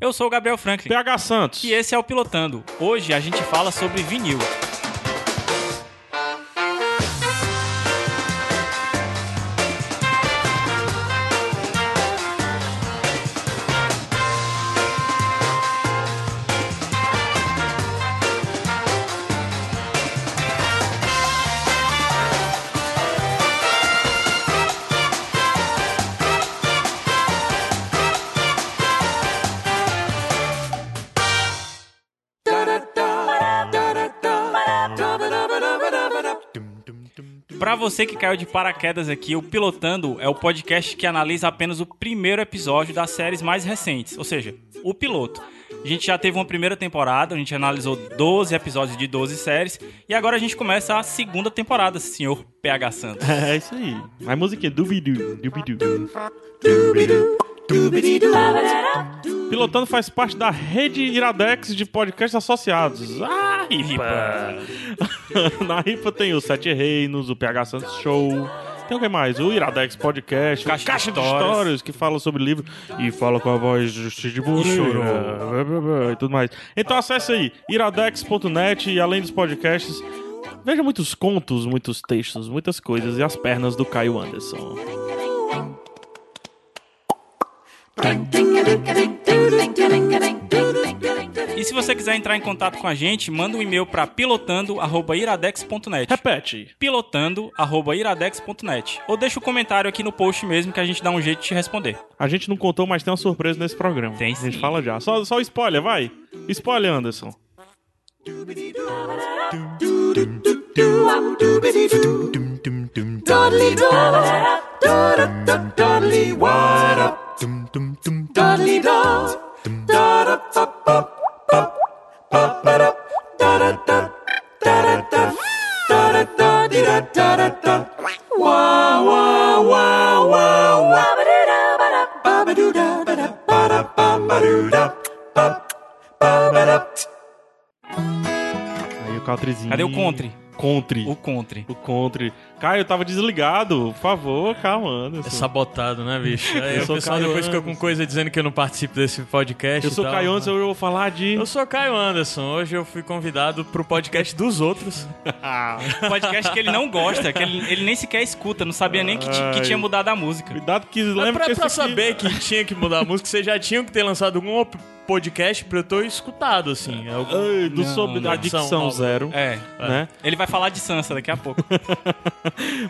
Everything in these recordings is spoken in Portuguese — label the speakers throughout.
Speaker 1: Eu sou o Gabriel Franklin
Speaker 2: PH Santos.
Speaker 1: e esse é o Pilotando. Hoje a gente fala sobre vinil. Pra você que caiu de paraquedas aqui, o Pilotando é o podcast que analisa apenas o primeiro episódio das séries mais recentes, ou seja, o piloto. A gente já teve uma primeira temporada, a gente analisou 12 episódios de 12 séries e agora a gente começa a segunda temporada, senhor PH Santos.
Speaker 2: É isso aí. Mas música é dubidu, dubidu. Pilotando faz parte da rede Iradex de podcasts associados. Ah, ripa! Na ripa tem o Sete Reinos, o PH Santos Show. Tem o que mais? O Iradex Podcast,
Speaker 1: Caixa
Speaker 2: o
Speaker 1: de
Speaker 2: Caixa de
Speaker 1: Histórias.
Speaker 2: Histórias, que fala sobre livro e fala com a voz do Cid Moreira e tudo mais. Então acesse aí, iradex.net e além dos podcasts, veja muitos contos, muitos textos, muitas coisas e as pernas do Caio Anderson.
Speaker 1: E se você quiser entrar em contato com a gente, manda um e-mail para pilotando@iradex.net.
Speaker 2: Repete.
Speaker 1: pilotando@iradex.net ou deixa o comentário aqui no post mesmo que a gente dá um jeito de te responder.
Speaker 2: A gente não contou, mas tem uma surpresa nesse programa.
Speaker 1: Tem
Speaker 2: A gente
Speaker 1: sim.
Speaker 2: fala já. Só, só spoiler, vai. Spoiler, Anderson.
Speaker 3: Dudley Dog. Dudley What Up. Dudley Dog.
Speaker 2: Aí o Caltrizinho.
Speaker 1: Cadê o Contre?
Speaker 2: Contre.
Speaker 1: O Contre.
Speaker 2: O Contre. Caio, eu tava desligado. Por favor, calma, Anderson.
Speaker 4: É sabotado, né, bicho? Aí
Speaker 2: Tipo, Eu
Speaker 4: o
Speaker 2: sou
Speaker 4: pessoal
Speaker 2: Caio
Speaker 4: depois fica com
Speaker 2: Anderson.
Speaker 4: coisa dizendo que eu não participo desse podcast.
Speaker 2: Eu sou
Speaker 4: e tal,
Speaker 2: Caio
Speaker 4: né?
Speaker 2: Anderson, eu vou falar de...
Speaker 4: Eu sou Caio Anderson. Hoje eu fui convidado pro podcast dos outros.
Speaker 1: Podcast que ele não gosta, que ele, ele nem sequer escuta, não sabia nem que, ti- que tinha mudado a música.
Speaker 2: Cuidado que
Speaker 4: Mas
Speaker 2: lembra
Speaker 4: É pra
Speaker 2: que
Speaker 4: pra
Speaker 2: esse aqui-
Speaker 4: saber que tinha que mudar a música, vocês já tinham que ter lançado algum op- podcast pra eu ter escutado, assim. Algum...
Speaker 2: Ai, do
Speaker 1: Não,
Speaker 2: sobre
Speaker 4: não.
Speaker 2: da dicção
Speaker 4: Dicção, Paulo.
Speaker 2: zero,
Speaker 1: É.
Speaker 2: né?
Speaker 1: Ele vai falar de Sansa daqui a pouco.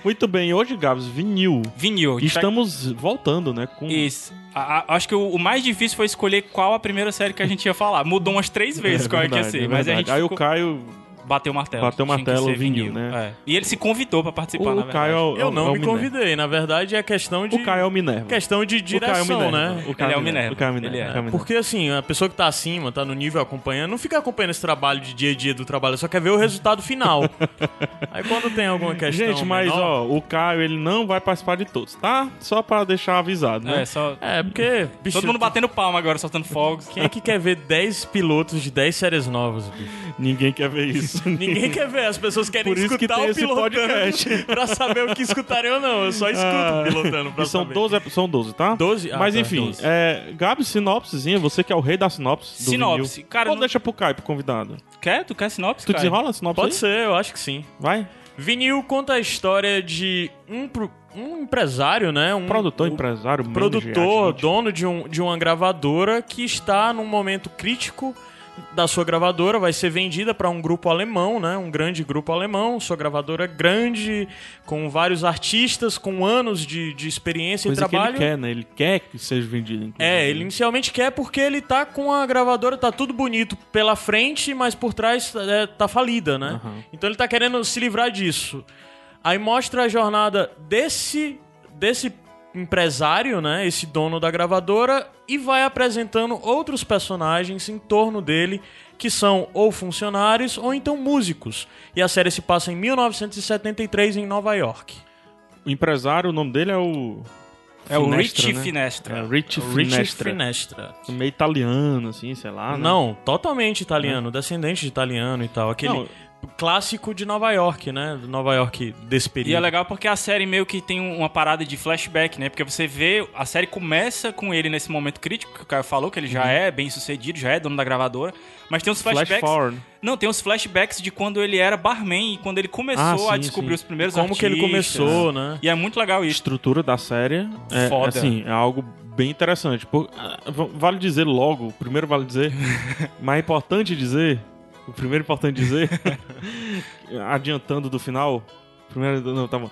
Speaker 2: Muito bem, hoje, Gabs, vinil.
Speaker 1: Vinil. a gente tá-
Speaker 2: Estamos voltando, né? Com...
Speaker 1: Isso. A- a- acho que o, o mais difícil foi escolher qual a primeira série que a gente ia falar. Mudou umas três vezes qual é que ia
Speaker 2: verdade,
Speaker 1: ser,
Speaker 2: é
Speaker 1: mas a
Speaker 2: verdade.
Speaker 1: gente
Speaker 2: Aí
Speaker 1: ficou-
Speaker 2: o Caio...
Speaker 1: bateu o martelo.
Speaker 2: Bateu o
Speaker 1: Tinha que
Speaker 2: martelo,
Speaker 1: ser
Speaker 2: vinil, né?
Speaker 1: É. E ele se convidou pra participar, tipo, na
Speaker 2: O
Speaker 1: verdade.
Speaker 2: Caio... é o- é
Speaker 4: Eu
Speaker 2: o- é
Speaker 4: não
Speaker 2: o
Speaker 4: me
Speaker 2: Minerva.
Speaker 4: convidei. Na verdade, é questão de...
Speaker 2: O Caio é o Minerva.
Speaker 4: Questão de
Speaker 2: O Caio é o
Speaker 4: direção,
Speaker 2: Minerva.
Speaker 4: né?
Speaker 2: O Caio
Speaker 1: Ele é o Minerva.
Speaker 2: O Caio é o Minerva.
Speaker 1: Ele é.
Speaker 2: O Caio é o Minerva.
Speaker 4: Porque assim, a pessoa que tá acima, tá no nível acompanhando, não fica acompanhando esse trabalho de dia a dia do trabalho, só quer ver o resultado final. Aí quando tem alguma questão.
Speaker 2: Gente, mas
Speaker 4: menor,
Speaker 2: ó, o Caio ele não vai participar de todos, tá? Só pra deixar avisado, né?
Speaker 1: É, só...
Speaker 4: É, porque. Bicho,
Speaker 1: Todo mundo batendo palma agora, soltando fogos.
Speaker 4: Quem é que quer ver 10 pilotos de 10 séries novas, bicho?
Speaker 2: Ninguém quer ver isso.
Speaker 4: Ninguém quer ver, as pessoas querem
Speaker 2: Por isso que
Speaker 4: escutar
Speaker 2: tem
Speaker 4: o
Speaker 2: esse
Speaker 4: pilotando
Speaker 2: podcast.
Speaker 4: pra saber o que escutarem ou não. Eu só escuto
Speaker 2: Ah.
Speaker 4: o pilotando pra
Speaker 2: E são
Speaker 4: saber.
Speaker 2: 12, ep- são 12, tá?
Speaker 4: 12? Ah,
Speaker 2: Mas
Speaker 4: tá,
Speaker 2: enfim,
Speaker 4: 12.
Speaker 2: é, Gabi, sinopsezinha, você que é o rei da sinopse. Do
Speaker 1: Sinopse,
Speaker 2: vinil.
Speaker 1: cara,
Speaker 2: Ou
Speaker 1: não-
Speaker 2: deixa pro Caio, pro convidado.
Speaker 1: Quer? Tu quer sinopse,
Speaker 2: Tu
Speaker 1: cara?
Speaker 2: desenrola a sinopse?
Speaker 4: Pode
Speaker 2: aí?
Speaker 4: ser, eu acho que sim.
Speaker 2: Vai.
Speaker 4: Vinil conta a história de um, pro- um empresário, né? Um
Speaker 2: Produtor,
Speaker 4: o-
Speaker 2: empresário, manager,
Speaker 4: produtor,
Speaker 2: agente.
Speaker 4: dono de, um, de uma gravadora que está num momento crítico da sua gravadora, vai ser vendida para um grupo alemão, né? Um grande grupo alemão, sua gravadora é grande, com vários artistas, com anos de, de experiência
Speaker 2: Coisa
Speaker 4: e trabalho.
Speaker 2: que ele quer, né? Ele quer que seja vendido, inclusive. né?
Speaker 4: É, ele inicialmente quer porque ele tá com a gravadora, tá tudo bonito pela frente, mas por trás é, tá falida, né?
Speaker 2: Aham.
Speaker 4: Então ele tá querendo se livrar disso. Aí mostra a jornada desse desse empresário, né, esse dono da gravadora e vai apresentando outros personagens em torno dele que são ou funcionários ou então músicos. E a série se passa em 1973 em Nova York.
Speaker 2: O empresário, o nome dele é o...
Speaker 1: É o
Speaker 2: Finestra,
Speaker 1: Rich
Speaker 2: né?
Speaker 1: Finestra.
Speaker 2: É, Rich
Speaker 4: Richie
Speaker 2: Finestra.
Speaker 4: Finestra.
Speaker 2: Meio italiano, assim, sei lá, né?
Speaker 4: Não, totalmente italiano, descendente de italiano e tal. Aquele
Speaker 2: Não,
Speaker 4: clássico de Nova York, né? Do Nova York desse período.
Speaker 1: E é legal porque a série meio que tem um- uma parada de flashback, né? Porque você vê, a série começa com ele nesse momento crítico que o Caio falou, que ele já é bem sucedido, já é dono da gravadora, mas tem uns
Speaker 2: Uhum. Flash
Speaker 1: flashbacks.
Speaker 2: forward.
Speaker 1: Não, tem uns flashbacks de quando ele era barman e quando ele começou
Speaker 2: Ah, sim,
Speaker 1: a descobrir
Speaker 2: sim.
Speaker 1: os primeiros
Speaker 4: Como que ele
Speaker 1: artistas.
Speaker 4: começou, né?
Speaker 1: E é muito legal
Speaker 2: A
Speaker 1: isso.
Speaker 2: estrutura da série é,
Speaker 1: Foda.
Speaker 2: assim, é algo bem interessante. Por- ah, v- vale dizer logo, primeiro vale dizer, mas é importante dizer, o primeiro é importante dizer, adiantando do final, primeiro, não, tá bom.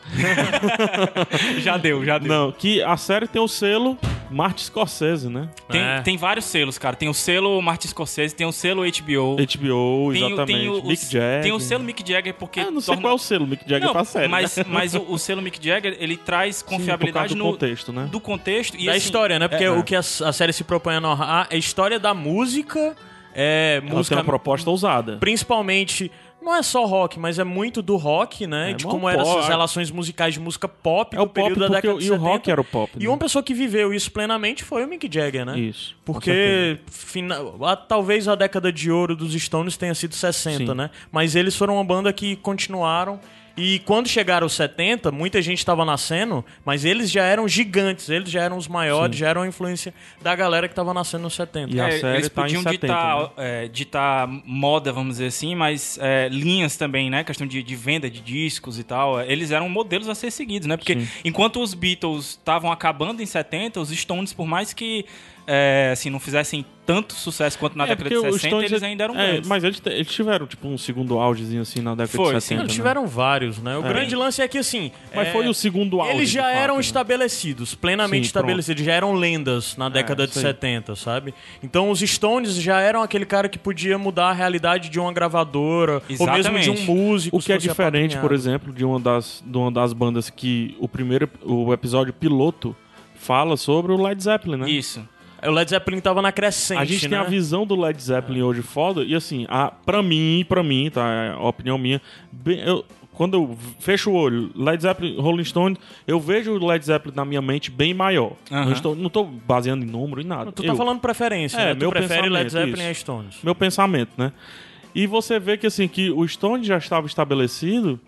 Speaker 1: Já deu, já deu.
Speaker 2: Não, que a série tem o selo Martin Scorsese, né?
Speaker 1: Tem,
Speaker 4: É.
Speaker 1: tem vários selos, cara. Tem o selo Martin Scorsese, tem o selo HBO.
Speaker 2: HBO,
Speaker 1: tem, o-
Speaker 2: exatamente.
Speaker 1: tem o,
Speaker 2: Mick
Speaker 1: o-
Speaker 2: Jagger.
Speaker 1: tem o selo Mick Jagger porque.
Speaker 2: Ah, não sei
Speaker 1: torna-
Speaker 2: qual é o selo Mick Jagger
Speaker 1: Não,
Speaker 2: pra série.
Speaker 1: mas,
Speaker 2: né?
Speaker 1: mas o, o selo Mick Jagger, ele traz
Speaker 2: Sim,
Speaker 1: confiabilidade
Speaker 2: por causa do
Speaker 1: no,
Speaker 2: contexto, né?
Speaker 1: do contexto e
Speaker 4: da
Speaker 1: assim,
Speaker 4: história, né? Porque
Speaker 2: é.
Speaker 4: o que a, a série se propõe a narrar é história da música, é
Speaker 2: Ela tem um
Speaker 4: música
Speaker 2: uma proposta ousada.
Speaker 4: principalmente não é só rock, mas é muito do rock, né?
Speaker 2: É,
Speaker 4: de
Speaker 2: mas
Speaker 4: como
Speaker 2: o
Speaker 4: eram essas
Speaker 2: pop-
Speaker 4: relações musicais de música pop
Speaker 2: É
Speaker 4: do
Speaker 2: o pop
Speaker 4: período da
Speaker 2: porque
Speaker 4: década
Speaker 2: o-
Speaker 4: de
Speaker 2: e o
Speaker 4: 70.
Speaker 2: rock era o pop, né?
Speaker 4: E uma pessoa que viveu isso plenamente foi o Mick Jagger, né?
Speaker 2: Isso. com certeza.
Speaker 4: Porque fina- a- talvez a década de ouro dos Stones tenha sido 60,
Speaker 2: Sim.
Speaker 4: né? Mas eles foram uma banda que continuaram. E quando chegaram os 70, muita gente estava nascendo, mas eles já eram gigantes, eles já eram os maiores, já eram a influência da galera que estava nascendo nos 70.
Speaker 2: E a série
Speaker 1: é, eles
Speaker 2: tá em né?
Speaker 1: podiam
Speaker 2: 70,
Speaker 1: ditar, é, ditar moda, vamos dizer assim, mas é, linhas também, né? Questão de, de venda de discos e tal. é, Eles eram modelos a ser seguidos, né? Porque enquanto os Beatles estavam acabando em 70, os Stones, por mais que é, assim, não fizessem tanto sucesso quanto na década
Speaker 2: É, porque
Speaker 1: de
Speaker 2: os
Speaker 1: 60,
Speaker 2: Stones-
Speaker 1: eles ainda eram
Speaker 2: é,
Speaker 1: grandes.
Speaker 2: Mas eles, te- eles tiveram, tipo, um segundo augezinho assim na década
Speaker 1: Foi,
Speaker 2: de
Speaker 1: sim,
Speaker 2: 70.
Speaker 4: Eles
Speaker 2: né?
Speaker 4: tiveram vários, né? O grande lance é que, assim...
Speaker 2: Mas
Speaker 4: é,
Speaker 2: foi o segundo auge.
Speaker 4: Eles já
Speaker 2: de fato,
Speaker 4: eram
Speaker 2: né?
Speaker 4: estabelecidos, plenamente
Speaker 2: Sim, pronto. É,
Speaker 4: estabelecidos, já eram lendas na década de
Speaker 2: isso aí.
Speaker 4: 70, sabe? Então os Stones já eram aquele cara que podia mudar a realidade de uma gravadora, ou mesmo de
Speaker 1: Exatamente.
Speaker 4: um músico.
Speaker 2: O que
Speaker 4: se
Speaker 2: é
Speaker 4: fosse
Speaker 2: diferente, por
Speaker 4: apadrinhado.
Speaker 2: exemplo, de uma das, de uma das bandas que o primeiro o episódio piloto fala sobre o Led Zeppelin, né?
Speaker 1: Isso.
Speaker 4: O Led Zeppelin tava na crescente,
Speaker 2: A gente tem
Speaker 4: né?
Speaker 2: a visão do Led Zeppelin hoje foda, e assim, a, pra mim, pra mim, tá? É a opinião minha. bem- eu- quando eu fecho o olho, Led Zeppelin, Rolling Stone, eu vejo o Led Zeppelin na minha mente bem maior.
Speaker 1: Aham.
Speaker 2: Não, estou, não tô baseando em número, em nada.
Speaker 4: Tu
Speaker 2: Eu-
Speaker 4: tá falando preferência,
Speaker 2: É,
Speaker 4: né? Tu
Speaker 2: meu
Speaker 4: prefere Led
Speaker 2: pensamento,
Speaker 4: Zeppelin
Speaker 2: isso.
Speaker 4: a Stones.
Speaker 2: meu pensamento, né? E você vê que assim que o Stone já estava estabelecido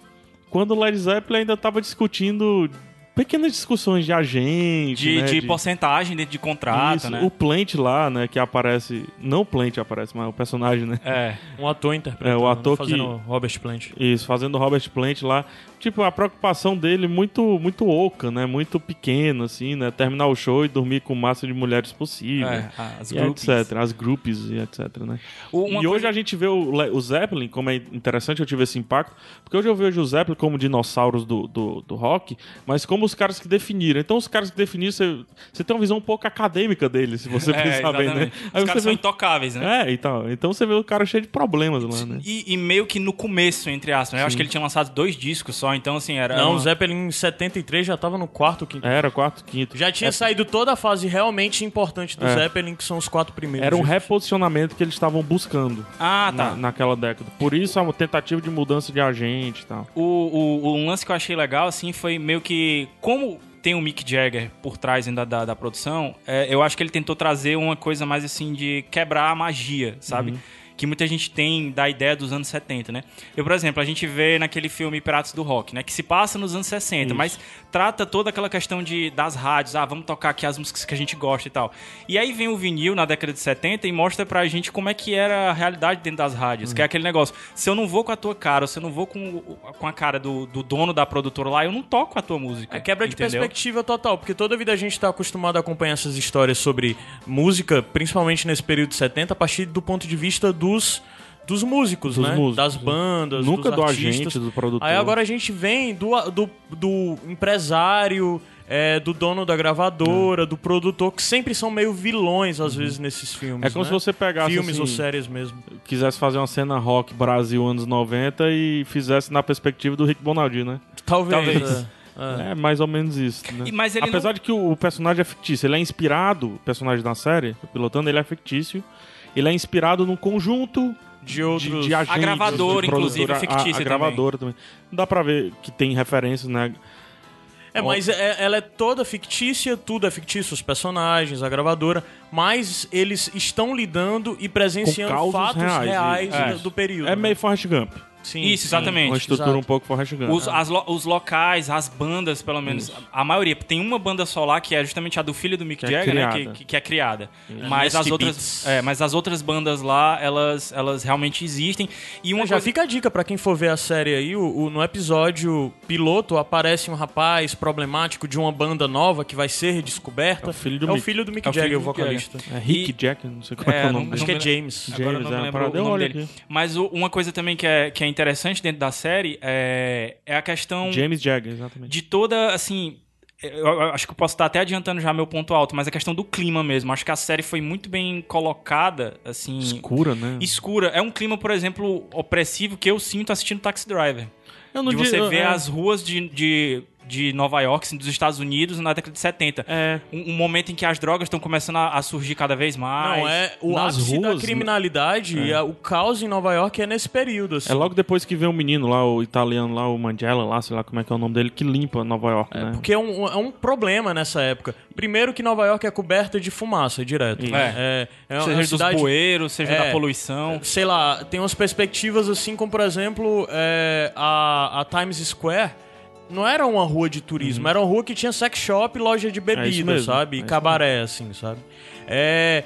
Speaker 2: quando o Led Zeppelin ainda estava discutindo pequenas discussões de agente,
Speaker 1: De,
Speaker 2: né?
Speaker 1: de porcentagem dentro de contrato,
Speaker 2: Isso,
Speaker 1: né?
Speaker 2: O Plant lá, né, que aparece, não o Plant aparece, mas o personagem, né?
Speaker 1: É.
Speaker 4: Um ator interpretando,
Speaker 2: É, o ator
Speaker 4: fazendo Robert Plant.
Speaker 2: Isso, fazendo o Robert Plant lá. Tipo, a preocupação dele muito muito oca, né? Muito pequena, assim, né? Terminar o show e dormir com o máximo de mulheres possível.
Speaker 1: é, as
Speaker 2: né? e
Speaker 1: groupies.
Speaker 2: etc. As groupies e etc, né?
Speaker 1: O- uma
Speaker 2: e hoje
Speaker 1: coisa-
Speaker 2: a gente vê o, Le- o Zeppelin, como é interessante, eu tive esse impacto, porque hoje eu vejo o Zeppelin como dinossauros do, do, do rock, mas como os caras que definiram. Então, os caras que definiram, você, você tem uma visão um pouco acadêmica deles, se você
Speaker 1: É,
Speaker 2: pensar bem, né?
Speaker 1: exatamente.
Speaker 2: Aí
Speaker 1: Os
Speaker 2: você
Speaker 1: caras são
Speaker 2: vê...
Speaker 1: intocáveis, né?
Speaker 2: É, e tal. Então você vê o cara cheio de problemas lá, né?
Speaker 1: E, e meio que no começo, entre aspas, né? Eu acho que ele tinha lançado dois discos só, então assim,
Speaker 2: É
Speaker 1: era.
Speaker 4: Não,
Speaker 1: uma-
Speaker 4: o Zeppelin em 73 já tava no quarto, quinto.
Speaker 2: Era quarto, quinto.
Speaker 4: Já tinha saído toda a fase realmente importante do Zeppelin, que são os quatro primeiros.
Speaker 2: É. Era um
Speaker 4: discos.
Speaker 2: reposicionamento que eles estavam buscando
Speaker 1: Ah, tá.
Speaker 2: na- naquela década. Por isso a tentativa de mudança de agente e tal.
Speaker 1: O, o, o lance que eu achei legal, assim, foi meio que. Como tem o Mick Jagger por trás ainda da, da produção, é, eu acho que ele tentou trazer uma coisa mais assim de quebrar a magia,
Speaker 2: Uhum.
Speaker 1: sabe? Que muita gente tem da ideia dos anos 70, né? Eu, por exemplo, a gente vê naquele filme Piratas do Rock, né? Que se passa nos anos 60, mas trata toda aquela questão de, das rádios, ah, vamos tocar aqui as músicas que a gente gosta e tal. E aí vem o vinil na década de 70 e mostra pra gente como é que era a realidade dentro das
Speaker 2: Hum.
Speaker 1: rádios, que é aquele negócio, se eu não vou com a tua cara, ou se eu não vou com, o- com a cara do, do dono da produtora lá, eu não toco a tua música.
Speaker 4: É quebra de
Speaker 1: entendeu?
Speaker 4: perspectiva total, porque toda vida a gente está acostumado a acompanhar essas histórias sobre música, principalmente nesse período de 70, a partir do ponto de vista dos, dos músicos,
Speaker 2: Dos
Speaker 4: né?
Speaker 2: músicos,
Speaker 4: das
Speaker 2: né?
Speaker 4: bandas,
Speaker 2: Nunca
Speaker 4: dos
Speaker 2: do
Speaker 4: artistas.
Speaker 2: agente, do produtor.
Speaker 4: Aí agora a gente vem do, do, do empresário, é, do dono da
Speaker 2: É.
Speaker 4: gravadora, do produtor, que sempre são meio vilões, às vezes, nesses filmes.
Speaker 2: É como
Speaker 4: né?
Speaker 2: se você pegasse
Speaker 4: Filmes
Speaker 2: assim,
Speaker 4: ou séries mesmo.
Speaker 2: quisesse fazer uma cena rock Brasil anos 90 e fizesse na perspectiva do Rick Bonaldi, né?
Speaker 4: Talvez.
Speaker 1: Talvez.
Speaker 4: é, é.
Speaker 2: É mais ou menos isso, né?
Speaker 1: E- mas ele
Speaker 2: Apesar de que o o personagem é fictício, ele é inspirado, o personagem da série, o pilotando, ele é fictício. Ele é inspirado num conjunto
Speaker 4: De outros...
Speaker 2: de, de agentes.
Speaker 1: A gravadora,
Speaker 2: de
Speaker 1: inclusive,
Speaker 2: produtora,
Speaker 1: é fictícia
Speaker 2: a, a
Speaker 1: também.
Speaker 2: gravadora também. Não dá pra ver que tem referências, né?
Speaker 4: É, mas é- ela é toda fictícia, tudo é fictício, os personagens, a gravadora, mas eles estão lidando e presenciando
Speaker 2: Com causos
Speaker 4: fatos
Speaker 2: reais,
Speaker 4: reais,
Speaker 2: isso.
Speaker 4: do, do período.
Speaker 2: É
Speaker 1: Uhum.
Speaker 4: né?
Speaker 2: meio Forrest Gump.
Speaker 4: Sim,
Speaker 1: Isso,
Speaker 4: sim.
Speaker 1: exatamente.
Speaker 2: Uma estrutura
Speaker 4: exato.
Speaker 2: um pouco Forrest Gump.
Speaker 1: Os, as lo- os locais, as bandas, pelo menos, a, a maioria. Tem uma banda só lá que é justamente a do filho do Mick
Speaker 2: Que é
Speaker 1: Jagger, né? Que,
Speaker 2: criada.
Speaker 1: que- que é criada. Mas,
Speaker 4: Nasty
Speaker 1: as outras,
Speaker 4: Beats.
Speaker 1: é, mas as outras bandas lá, elas, elas realmente existem. E uma
Speaker 4: Já
Speaker 1: coisa-
Speaker 4: fica a dica pra quem for ver a série aí, o, o- no episódio piloto aparece um rapaz problemático de uma banda nova que vai ser redescoberta.
Speaker 2: É o filho do
Speaker 4: é o
Speaker 2: Mick.
Speaker 4: filho do Mick
Speaker 1: É o filho
Speaker 4: Jagger,
Speaker 1: do
Speaker 4: o
Speaker 1: Mick Jagger.
Speaker 4: vocalista.
Speaker 2: É Rick
Speaker 1: e-
Speaker 2: Jack, não sei qual é, o
Speaker 1: não-
Speaker 2: nome.
Speaker 4: Acho
Speaker 1: não
Speaker 4: que é
Speaker 1: me-
Speaker 4: James.
Speaker 2: James,
Speaker 1: Agora eu não
Speaker 2: é
Speaker 1: me
Speaker 2: uma
Speaker 1: lembro
Speaker 2: parada.
Speaker 1: o
Speaker 2: Eu
Speaker 1: nome
Speaker 2: olho
Speaker 1: dele.
Speaker 2: aqui.
Speaker 1: Mas o- uma coisa também que é, que é interessante dentro da série é, é a questão
Speaker 2: James Jagger, exatamente.
Speaker 1: de toda, assim... Eu eu acho que eu posso estar até adiantando já meu ponto alto, mas a questão do clima mesmo. Acho que a série foi muito bem colocada, assim...
Speaker 2: Escura, né?
Speaker 1: escura. É um clima, por exemplo, opressivo que eu sinto assistindo Taxi Driver.
Speaker 2: Eu
Speaker 1: De
Speaker 2: digo-
Speaker 1: você ver
Speaker 2: é-
Speaker 1: as ruas de, de, de Nova York, assim, dos Estados Unidos, na década de 70.
Speaker 2: É,
Speaker 1: Um, um momento em que as drogas estão começando a, a surgir cada vez mais.
Speaker 4: Não, é o
Speaker 2: nas
Speaker 4: ápice
Speaker 2: ruas, né?
Speaker 4: da criminalidade e a- o caos em Nova York é nesse período, assim.
Speaker 2: é logo depois que vem o menino lá, o italiano lá, o Mandela lá, sei lá como é que é o nome dele, que limpa Nova York, né?
Speaker 4: Porque é um, é um problema nessa época. Primeiro que Nova York é coberta de fumaça, direto.
Speaker 1: É.
Speaker 4: é, é uma
Speaker 1: Seja dos
Speaker 4: cidade-
Speaker 1: bueiros, seja
Speaker 4: É.
Speaker 1: da poluição.
Speaker 4: sei lá, tem umas perspectivas assim, como por exemplo é, a, a Times Square. Não era uma rua de turismo, era uma rua que tinha sex shop, loja de
Speaker 2: Uhum. É isso
Speaker 4: bebida,
Speaker 2: mesmo,
Speaker 4: sabe?
Speaker 2: é
Speaker 4: E
Speaker 2: isso
Speaker 4: cabaré, assim, sabe? É.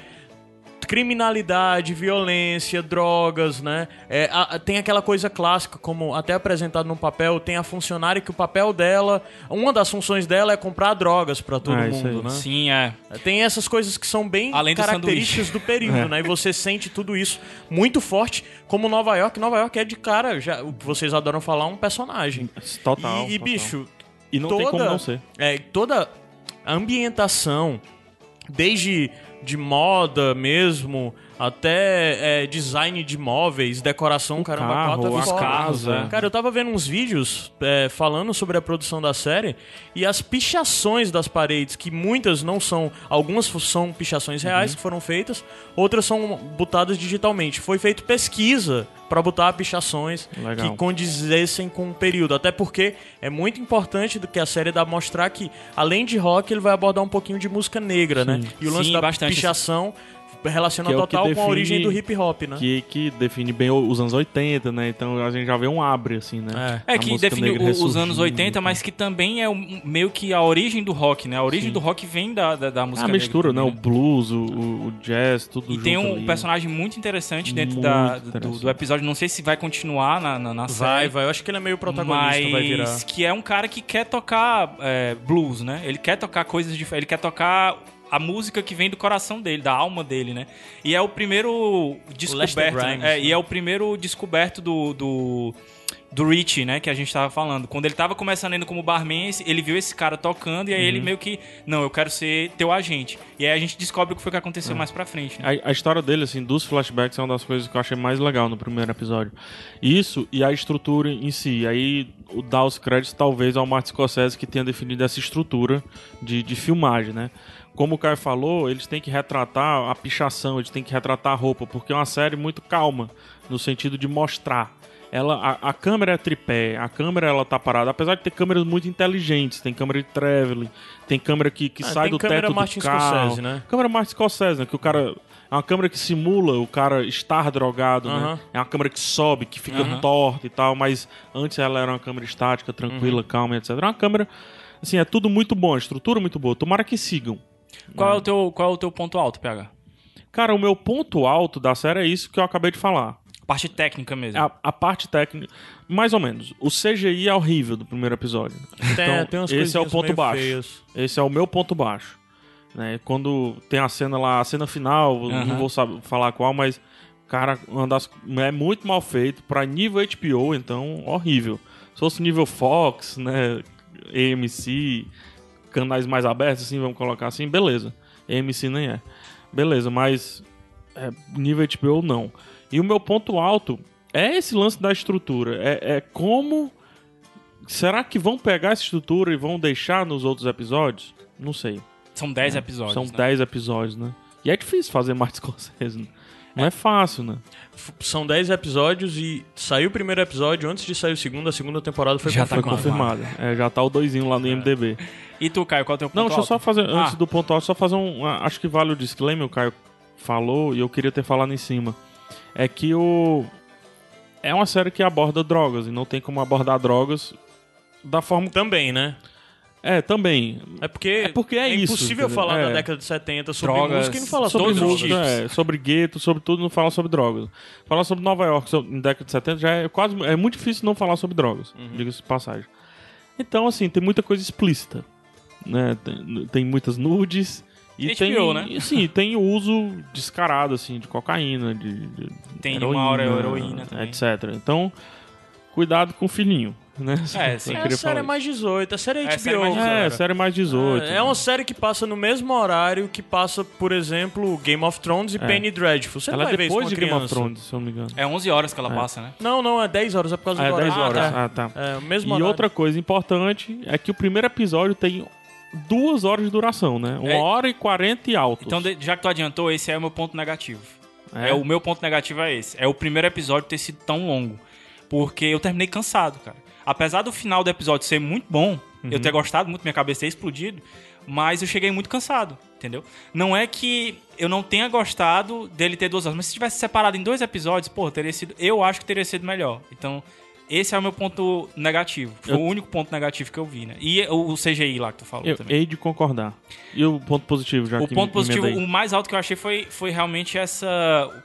Speaker 4: Criminalidade, violência, drogas, né? É, a- a- tem aquela coisa clássica, como até apresentado no papel, tem a funcionária que o papel dela, uma das funções dela é comprar drogas pra todo
Speaker 2: É, isso
Speaker 4: mundo,
Speaker 2: aí.
Speaker 4: né?
Speaker 1: Sim, é.
Speaker 4: Tem essas coisas que são bem
Speaker 1: Além do
Speaker 4: características do, período,
Speaker 2: É.
Speaker 4: né? E você sente tudo isso muito forte, como Nova York. Nova York é de cara, já, o que vocês adoram falar, um personagem.
Speaker 2: Total.
Speaker 4: e, e,
Speaker 2: total.
Speaker 4: bicho,
Speaker 2: E não
Speaker 4: toda,
Speaker 2: tem como não ser.
Speaker 4: É, toda a ambientação, desde de moda mesmo, até é, design de móveis, decoração, caramba,
Speaker 2: carro,
Speaker 4: quatro é
Speaker 2: a
Speaker 4: foda.
Speaker 2: casa.
Speaker 4: Cara, eu tava vendo uns vídeos é, falando sobre a produção da série e as pichações das paredes, que muitas não são, algumas fo- são pichações
Speaker 2: Uhum.
Speaker 4: reais que foram feitas, outras são botadas digitalmente. Foi feito pesquisa pra botar pichações
Speaker 2: Legal.
Speaker 4: que condizessem com o período, até porque é muito importante do que a série dá a mostrar que além de rock, ele vai abordar um pouquinho de música negra, né? E o lance
Speaker 1: Sim,
Speaker 4: da
Speaker 1: bastante.
Speaker 4: pichação relaciona
Speaker 2: Que é o que
Speaker 4: total com a
Speaker 2: define-
Speaker 4: origem do hip hop, né?
Speaker 2: Que, que define bem o- os anos 80, né? Então a gente já vê um abre, assim, né?
Speaker 1: É
Speaker 2: A
Speaker 1: que
Speaker 2: música
Speaker 1: define
Speaker 2: negra
Speaker 1: o- os
Speaker 2: ressurgindo. né? Ah,
Speaker 1: anos 80, mas que também é um- meio que a origem do rock, né? A origem do rock vem da, da, da música
Speaker 2: A
Speaker 1: negra
Speaker 2: mistura, né?
Speaker 1: também,
Speaker 2: O blues, o, o- o jazz, tudo
Speaker 1: E
Speaker 2: junto
Speaker 1: tem um
Speaker 2: ali. né?
Speaker 1: personagem muito interessante dentro
Speaker 2: Muito
Speaker 1: da, Do,
Speaker 2: interessante.
Speaker 1: do episódio. Não sei se vai continuar na, na, na
Speaker 4: Vai,
Speaker 1: série.
Speaker 4: vai. Eu acho que ele é meio protagonista,
Speaker 1: Mas
Speaker 4: vai virar.
Speaker 1: que é um cara que quer tocar é, blues, né? Ele quer tocar coisas diferentes. Ele quer tocar a música que vem do coração dele, da alma dele, né? E é o primeiro
Speaker 4: Lester
Speaker 1: descoberto.
Speaker 4: Grimes,
Speaker 1: né? É,
Speaker 4: né?
Speaker 1: E é o primeiro descoberto do. do do Richie, né, que a gente tava falando. Quando ele tava começando indo como barman, esse- ele viu esse cara tocando e aí
Speaker 2: Uhum.
Speaker 1: ele meio que, não, eu quero ser teu agente. E aí a gente descobre o que foi que aconteceu
Speaker 2: Uhum.
Speaker 1: mais pra frente, né?
Speaker 2: A, a história dele, assim, dos flashbacks é uma das coisas que eu achei mais legal no primeiro episódio. Isso e a estrutura em si. Aí o- dá os créditos, talvez, ao Martin Scorsese que tenha definido essa estrutura de, de filmagem, né? Como o Caio falou, eles têm que retratar a pichação, eles têm que retratar a roupa, porque é uma série muito calma, no sentido de mostrar. Ela, a, a câmera é tripé, a câmera ela tá parada, apesar de ter câmeras muito inteligentes, tem câmera de traveling, tem câmera que, que
Speaker 4: Ah,
Speaker 2: sai
Speaker 4: tem
Speaker 2: do
Speaker 4: câmera
Speaker 2: teto
Speaker 4: Martin
Speaker 2: do carro.
Speaker 4: Scorsese, né?
Speaker 2: Câmera Martin Scorsese, né? Que o cara. É uma câmera que simula o cara estar drogado,
Speaker 4: Aham.
Speaker 2: né? É uma câmera que sobe, que fica
Speaker 1: Aham.
Speaker 2: torta e tal, mas antes ela era uma câmera estática, tranquila,
Speaker 4: Uhum.
Speaker 2: calma, etc. É uma câmera. Assim, é tudo muito bom, a estrutura muito boa. Tomara que sigam.
Speaker 1: Qual é o teu, qual é o teu ponto alto, PH?
Speaker 2: Cara, o meu ponto alto da série é isso que eu acabei de falar.
Speaker 1: A parte técnica mesmo.
Speaker 2: A, a parte técnica, mais ou menos. O CGI é horrível do primeiro episódio.
Speaker 4: Tem-
Speaker 2: então,
Speaker 4: tem umas
Speaker 2: esse é o
Speaker 4: coisinhas
Speaker 2: ponto
Speaker 4: meio
Speaker 2: baixo.
Speaker 4: feias.
Speaker 2: Esse é o meu ponto baixo. né? Quando tem a cena lá, a cena final, eu
Speaker 1: Aham.
Speaker 2: não vou saber, falar qual, mas, cara, uma das- é muito mal feito. Pra nível HBO, então, horrível. Se fosse nível Fox, né, AMC, canais mais abertos, assim, vamos colocar assim, beleza. AMC nem é. Beleza, mas é, nível HBO, não. E o meu ponto alto é esse lance da estrutura. É, é como. Será que vão pegar essa estrutura e vão deixar nos outros episódios? Não sei.
Speaker 1: São 10 episódios.
Speaker 2: São
Speaker 1: né?
Speaker 2: 10 episódios, né? E é difícil fazer Martin Scorsese, né? Não é fácil, né?
Speaker 4: F- São 10 episódios e saiu o primeiro episódio, antes de sair o segundo, a segunda temporada foi
Speaker 1: Já tá
Speaker 2: Foi
Speaker 4: confirmada.
Speaker 2: confirmado. É, já tá o doisinho lá no IMDB.
Speaker 1: E tu, Caio, qual é o teu ponto
Speaker 2: Não, deixa eu
Speaker 1: alto?
Speaker 2: só fazer, antes
Speaker 1: Ah.
Speaker 2: do ponto alto, só fazer um. a- Acho que vale o disclaimer, o Caio falou, e eu queria ter falado em cima. É que o. é uma série que aborda drogas e não tem como abordar drogas da forma.
Speaker 4: Também, né?
Speaker 2: É, também.
Speaker 4: É porque é,
Speaker 2: porque é isso,
Speaker 4: impossível
Speaker 2: entendeu?
Speaker 4: falar
Speaker 2: É.
Speaker 4: da década de 70 sobre
Speaker 1: Drogas,
Speaker 4: música e não falar
Speaker 2: sobre
Speaker 4: todos os
Speaker 2: música,
Speaker 4: tipos.
Speaker 2: é, sobre gueto, sobre tudo, não fala sobre drogas. Falar sobre Nova York sobre, na década de 70 já é quase. É muito difícil não falar sobre drogas, diga-se de passagem. Então, assim, tem muita coisa explícita. Né? Tem, tem muitas nudes. E
Speaker 1: HBO,
Speaker 2: tem,
Speaker 1: né?
Speaker 2: e, Assim, tem o uso descarado, assim, de cocaína, de. de
Speaker 1: Tem uma hora heroína também.
Speaker 2: etc. Então, cuidado com o filhinho, né?
Speaker 1: É, sim.
Speaker 2: Eu
Speaker 1: É,
Speaker 4: É,
Speaker 2: queria
Speaker 4: a série
Speaker 2: falar
Speaker 4: é mais 18, a série é
Speaker 1: É, a série é
Speaker 4: HBO.
Speaker 1: mais
Speaker 2: isso. É,
Speaker 1: Cara.
Speaker 2: série mais 18.
Speaker 4: É uma série que passa no mesmo horário que passa, por exemplo, Game of Thrones e Penny Dreadful. Você não
Speaker 2: É. Ela
Speaker 4: vai
Speaker 2: é
Speaker 4: ver isso com
Speaker 2: depois
Speaker 4: uma
Speaker 2: de Game of
Speaker 4: criança.
Speaker 2: Thrones, se eu não me engano.
Speaker 1: É 11 horas que ela passa, né?
Speaker 4: Não, não, é 10 horas, é por causa
Speaker 2: Ah,
Speaker 4: do
Speaker 2: é
Speaker 4: horário.
Speaker 2: 10 horas.
Speaker 4: Ah,
Speaker 2: Ah, tá.
Speaker 4: tá. É, o mesmo
Speaker 2: E
Speaker 4: horário.
Speaker 2: outra coisa importante é que o primeiro episódio tem duas horas de duração, né? Uma
Speaker 1: É.
Speaker 2: hora e quarenta e alto.
Speaker 1: Então, de- já que tu adiantou, esse é o meu ponto negativo.
Speaker 2: É?
Speaker 1: É. o meu ponto negativo é esse. É o primeiro episódio ter sido tão longo. Porque eu terminei cansado, cara. Apesar do final do episódio ser muito bom, eu ter gostado muito, minha cabeça ter explodido, mas eu cheguei muito cansado, entendeu? Não é que eu não tenha gostado dele ter duas horas, mas se tivesse separado em dois episódios, pô, teria sido. Eu acho que teria sido melhor. Então, esse é o meu ponto negativo. Foi
Speaker 2: Eu-
Speaker 1: o único ponto negativo que eu vi, né? E o CGI lá que tu falou
Speaker 2: eu
Speaker 1: também.
Speaker 2: hei de concordar. E o ponto positivo, já
Speaker 1: O
Speaker 2: que
Speaker 1: ponto positivo,
Speaker 2: emenda aí.
Speaker 1: o mais alto que eu achei foi, foi realmente essa,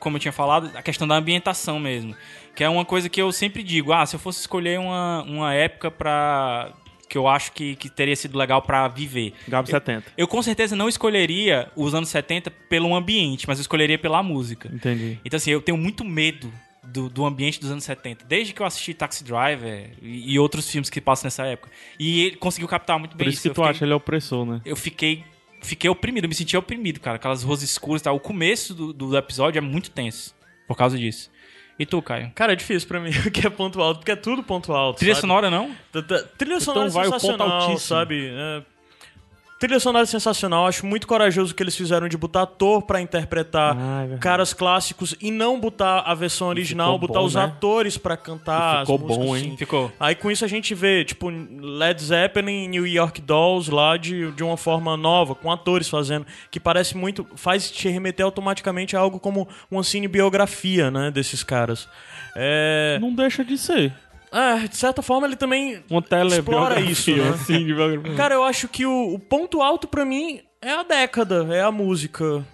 Speaker 1: como eu tinha falado, a questão da ambientação mesmo. Que é uma coisa que eu sempre digo, ah, se eu fosse escolher uma, uma época pra. que eu acho que, que teria sido legal pra viver.
Speaker 2: Gabo 70.
Speaker 1: Eu com certeza não escolheria os anos 70 pelo ambiente, mas eu escolheria pela música.
Speaker 2: Entendi.
Speaker 1: Então, assim, eu tenho muito medo do, do ambiente dos anos 70. Desde que eu assisti Taxi Driver e, e outros filmes que passam nessa época. E ele conseguiu captar muito
Speaker 2: Por
Speaker 1: bem
Speaker 2: isso, que
Speaker 1: eu
Speaker 2: tu
Speaker 1: fiquei-
Speaker 2: acha ele opressor, né?
Speaker 1: eu fiquei fiquei oprimido, eu me senti oprimido, cara. Aquelas ruas escuras e tal. O começo do, do episódio é muito tenso por causa disso. E tu, Caio?
Speaker 4: Cara, é difícil pra mim, que é ponto alto, porque é tudo ponto alto.
Speaker 1: Trilha
Speaker 4: sabe?
Speaker 1: sonora não?
Speaker 4: T- t- Trilha sonora
Speaker 2: Então
Speaker 4: é
Speaker 2: vai o ponto
Speaker 4: sensacional,
Speaker 2: altíssimo.
Speaker 4: sabe? É, Trilha sonora é sensacional, acho muito corajoso o que eles fizeram de botar ator pra interpretar
Speaker 2: Ah, é verdade.
Speaker 4: caras clássicos e não botar a versão original,
Speaker 2: ficou
Speaker 4: botar
Speaker 2: bom,
Speaker 4: os
Speaker 2: né?
Speaker 4: atores pra cantar.
Speaker 2: E ficou
Speaker 4: as músicas,
Speaker 2: bom, hein?
Speaker 4: assim.
Speaker 1: Ficou.
Speaker 4: Aí com isso a gente vê, tipo, Led Zeppelin e New York Dolls lá de, de uma forma nova, com atores fazendo, que parece muito. faz te remeter automaticamente a algo como uma cinebiografia, né, desses caras. É,
Speaker 2: Não deixa de ser.
Speaker 4: é, de certa forma ele também.
Speaker 2: Uma telebiografia.
Speaker 4: isso, né?
Speaker 2: assim, de biografia.
Speaker 4: Cara, eu acho que o, o ponto alto pra mim é a década, é a música.